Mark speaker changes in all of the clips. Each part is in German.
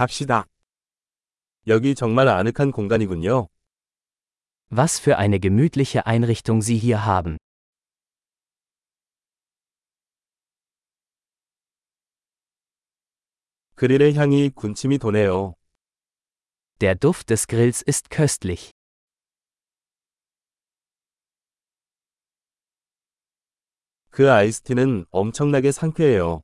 Speaker 1: 갑시다. 여기 정말 아늑한 공간이군요.
Speaker 2: Was für eine gemütliche Einrichtung Sie hier haben.
Speaker 1: 그릴의 향이 군침이 도네요.
Speaker 2: Der Duft des Grills ist köstlich.
Speaker 1: 그 아이스티는 엄청나게 상쾌해요.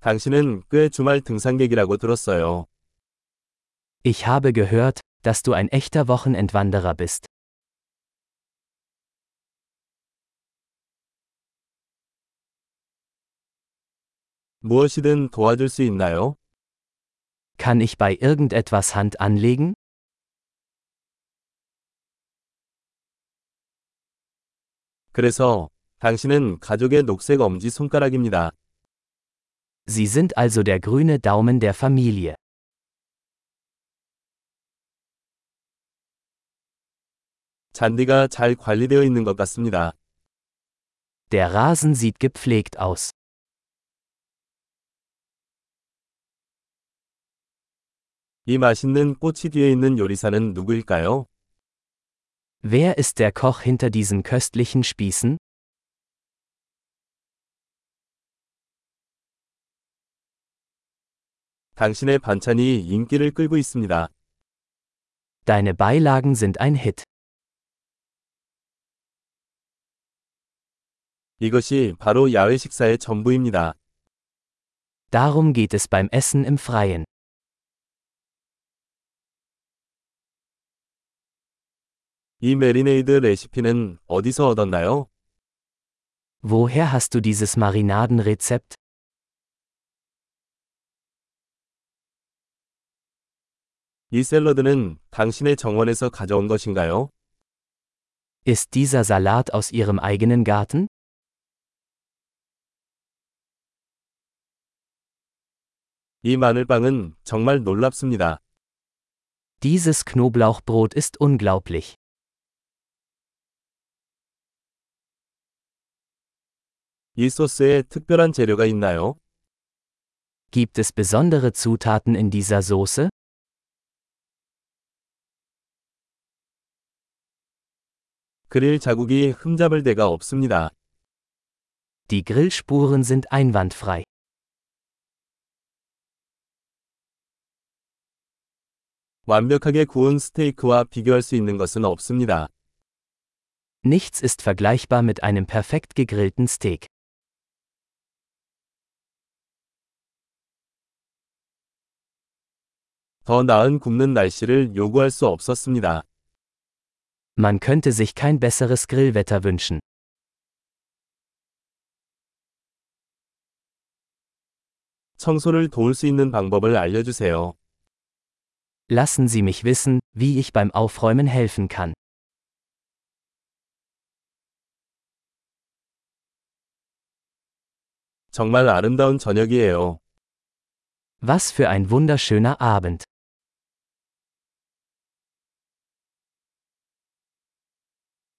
Speaker 1: 당신은 꽤 주말 등산객이라고 들었어요.
Speaker 2: Ich habe gehört, dass du ein echter Wochenendwanderer bist.
Speaker 1: 무엇이든 도와줄 수 있나요?
Speaker 2: Kann ich bei irgendetwas Hand anlegen?
Speaker 1: 그래서 당신은 가족의 녹색 엄지 손가락입니다.
Speaker 2: Sie sind also der grüne Daumen der Familie.
Speaker 1: 잔디가 잘 관리되어 있는 것 같습니다.
Speaker 2: Der Rasen sieht gepflegt aus.
Speaker 1: 이 맛있는 꽃이 뒤에 있는 요리사는 누구일까요?
Speaker 2: Wer ist der Koch hinter diesen köstlichen Spießen?
Speaker 1: 당신의 반찬이 인기를 끌고 있습니다.
Speaker 2: Deine Beilagen sind ein Hit.
Speaker 1: 이것이 바로 야외 식사의 전부입니다.
Speaker 2: Darum geht es beim Essen im Freien.
Speaker 1: 이 메리네이드 레시피는 어디서 얻었나요?
Speaker 2: Woher hast du dieses Marinadenrezept?
Speaker 1: 이 샐러드는 당신의 정원에서 가져온 것인가요?
Speaker 2: Ist dieser Salat aus Ihrem eigenen Garten?
Speaker 1: 이 마늘빵은 정말 놀랍습니다.
Speaker 2: Dieses Knoblauchbrot ist unglaublich.
Speaker 1: 이 소스에 특별한 재료가 있나요?
Speaker 2: Gibt es besondere Zutaten in dieser Soße?
Speaker 1: 그릴 자국이 흠잡을 데가 없습니다.
Speaker 2: Die Grillspuren sind einwandfrei.
Speaker 1: 완벽하게 구운 스테이크와 비교할 수 있는 것은 없습니다.
Speaker 2: Nichts ist vergleichbar mit einem perfekt gegrillten Steak.
Speaker 1: 더 나은 굽는 날씨를 요구할 수 없었습니다.
Speaker 2: Man könnte sich kein besseres Grillwetter wünschen.
Speaker 1: 청소를 도울 수 있는 방법을 알려주세요.
Speaker 2: Lassen Sie mich wissen, wie ich beim Aufräumen helfen kann.
Speaker 1: 정말 아름다운 저녁이에요.
Speaker 2: Was für ein wunderschöner Abend.